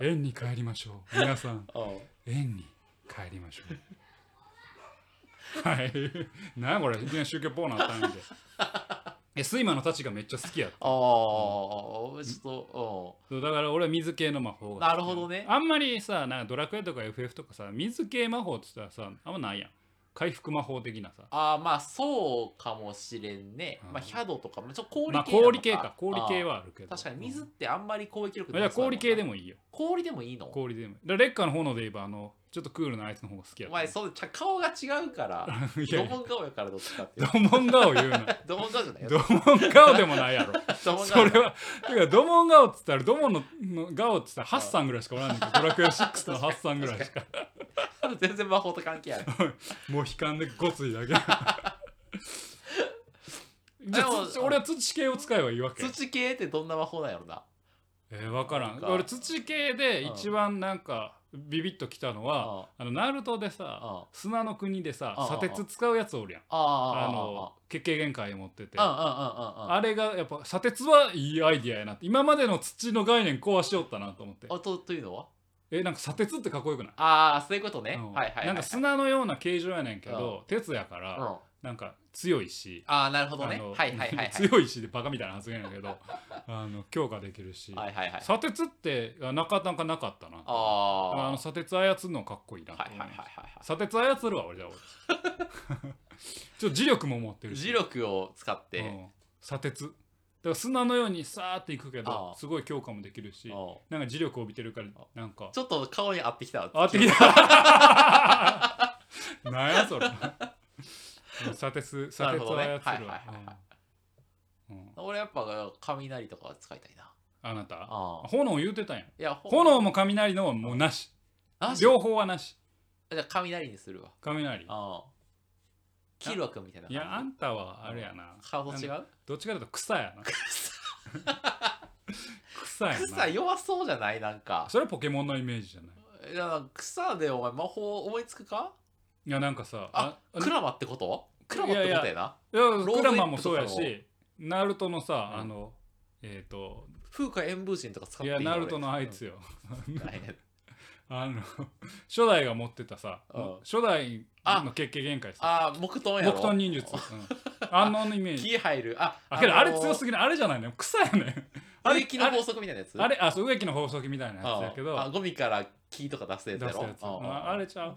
A: 円に帰りましょう皆さん
B: うん
A: 円に帰りましょうはいなんやこれいきなり宗教ポーナーあったんでえ睡魔の太刀がめっちゃ好きやった
B: ああ、ちょ
A: そうだから俺は水系の魔法が好き
B: なるほどね
A: あんまりさなんかドラクエとか FF とかさ水系魔法って言ったらさあんまないやん回復魔法的なさ
B: っと、うん。ああ、まあ、そうかもしれんね。
A: うん
B: まあ、ヒャドとか、まあ、ちょっと氷系
A: ま
B: な
A: あ
B: の
A: 氷系か氷系。はあるけ
B: あ
A: ど
B: ー確かに、水ってあんまり攻撃力
A: うんいや氷系で
B: も。
A: もいいよ
B: 氷でもいいの
A: 氷でもいいだからレッカーの炎で言えばあのちょっとクールなあいつの方が好きや
B: お
A: った
B: 前、そう、ちゃ顔が違うから、
A: いや
B: ド
A: いや
B: モン顔やからどっち かっていう。
A: ドモン顔言うな
B: ドモン顔じゃないよ。
A: ドモン顔でもないやろ
B: ドモン
A: そ
B: 顔
A: れはてかドモン顔っつったらドモンのの顔っつったらハッサンぐらいしかおらんねん けどドラクエ6のハッサンぐらいしか
B: 全然魔法と関係あ る。
A: もう悲観でごつい だけじゃ
B: でも
A: あ土俺は土系を使えばいいわけ
B: 土系ってどんな魔法なんやろな。
A: えー、分から
B: なんんか
A: 俺土系で一番なんかビビッときたのは
B: あ
A: あのナルトで
B: あ
A: さ
B: あ
A: 砂の国でさ
B: ああ
A: 砂鉄使うやつおるやんあ
B: あ
A: の
B: あ
A: 決形限界持ってて
B: ああああああああああああ
A: あれがやっぱ砂鉄はいいアイディアやなって今までの土の概念壊しよったなと思って
B: あとというのは
A: えなんか砂鉄ってかっこよくない
B: ああそういうことね。
A: うん
B: はいはいはい。
A: なんか砂のような形状やねんけど鉄やか
B: うん
A: ら
B: あ
A: なんか強いし
B: あなるほどね。
A: あの
B: はいはいはいは い。
A: 強いしでバカみたいな発言やけ どあの強化できるし、
B: はいはいはい。
A: 砂鉄ってなかなかなかったな
B: あ
A: あ
B: あ
A: の砂鉄操るのかっこいいなと
B: はい
A: 思い
B: はい
A: ま
B: は
A: し
B: い
A: た
B: はい
A: 砂鉄操るわ俺じゃあ 俺ちょっと磁力も持って
B: はい。
A: るし
B: 磁力を使っ
A: う
B: て。
A: ん砂鉄だから砂のようにさーっていくけ
B: あ
A: ど
B: あ
A: すごい強化もできるし
B: うん
A: なんか磁力を帯びてるから
B: あ
A: なんか
B: ちょっと顔に合ってきたわ。
A: あってきた なんやそれ砂鉄砂鉄操るわ、
B: なるほどねはいはいはいはい
A: うんうん
B: 俺やっぱ雷とか使いたいな。
A: あなた
B: ああ。
A: 炎言うてたんや
B: いや、ほ
A: 炎も雷のはもうなし
B: あじゃ
A: 両方はなし
B: あ雷にするわ。
A: 雷
B: ああ。キルア君みたいな感
A: い
B: じ。
A: やあんたはあれやな
B: 顔と違
A: なん
B: う
A: どっちかというと草やな 草やな
B: 草弱そうじゃないなんか。
A: それはポケモンのイメージじゃない
B: いや草でお前魔法思いつくか
A: いやなんかさ
B: あ
A: あ
B: クラマってことクラマってことやない
A: や
B: ーズ
A: クラマもそうや
B: エッ
A: しナルトのさ
B: うん
A: あのえっと
B: 風化塩分神とか使っ
A: い
B: ていい
A: や
B: の
A: ナルトのあいつ
B: よ、
A: よ
B: うん大変
A: あの初代が持ってたさ
B: うん
A: 初代の決起限界さ
B: ああ木遁やろ
A: 木遁忍術うんあのイメージ
B: 木入るあ
A: あけどあれ強
B: ぎ
A: すぎるあれじゃないのよ草やねんあ
B: あ
A: れ
B: れ木の法則みたいなやつ
A: あれあそう植木の法則みたいなやつやけ
B: うんあ
A: ど
B: ゴミから木とか出すや
A: 出
B: つ
A: す
B: や
A: や
B: ろ
A: つ
B: うん
A: ああれちゃう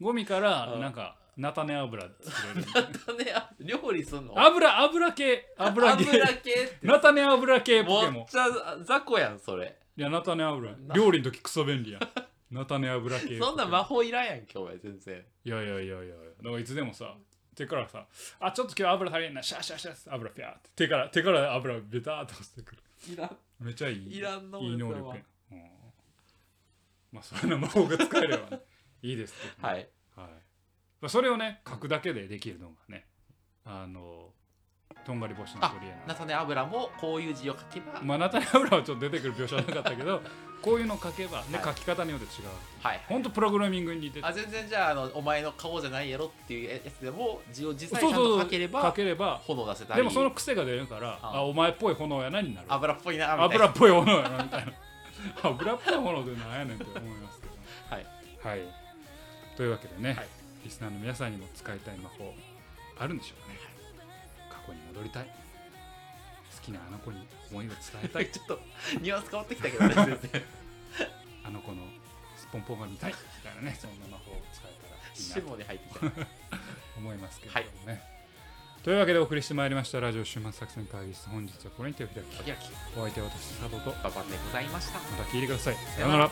A: ゴミから
B: うん
A: なんか菜種油作れる
B: だねあ料理すんの
A: 油油系油系
B: 油系って
A: 菜種油系ポケモ
B: も
A: ン
B: っちゃ雑魚やんそれ
A: いや菜種油
B: な
A: 料理の時クソ便 利やん菜種油系
B: そんな魔
A: 法
B: 法いらんやんけお前全然
A: いやいやいやいやだからいつでもさ手からさあちょっと今日油足りんなシャーシャーシャー油ピャーって手から手から油ベターっと落ちてくる
B: いらん
A: めちゃいい
B: いらんの
A: いい能
B: 俺
A: 力
B: は
A: や、うん、まあそんな魔法が使えれば ね、いいですけどね、
B: はい
A: はいまあ、それをね書くだけでできるのがねあのとんがり星の
B: あ
A: 鳥や
B: 菜
A: な
B: 種油もこういう字を書けば
A: まあナタネ油はちょっと出てくる描写はなかったけ どこういうの書けば、ね
B: は
A: 書
B: い
A: き方によって違う
B: はい
A: ほんとプログラミングに似てて
B: あ全然じゃああのお前の顔じゃないやろっていうやつでも字を実際
A: そう
B: ちゃ
A: そ
B: ん
A: う
B: と
A: そう
B: 書ければ
A: 書ければ
B: 炎出せたり
A: でもその癖が出るから
B: あ
A: あお前っぽい炎やなになる
B: 油っぽいなみたい
A: 油
B: な
A: っぽい炎やなみたいな油っぽい炎ってなんやねんって思いますけどね
B: はい
A: はい。というわけでね、
B: はい
A: リスナーの皆さんにも使いたい魔法あるんでしょうかね。過去に戻りたい。好きなあの子に思いを伝えたい。
B: ちょっとニュアンス変わってきたけどね全然
A: あの子のスポンポンが見たいみたいなね、そんな魔法を使えた
B: シ
A: らいいなと
B: モに入ってきた
A: 思いますけれどもね。というわけでお送りしてまいりましたラジオ終末作戦会議室本日はこれにてお開き
B: いやき
A: お相手は私佐藤とま
B: ババンでございました
A: た聞いてくださいさようなら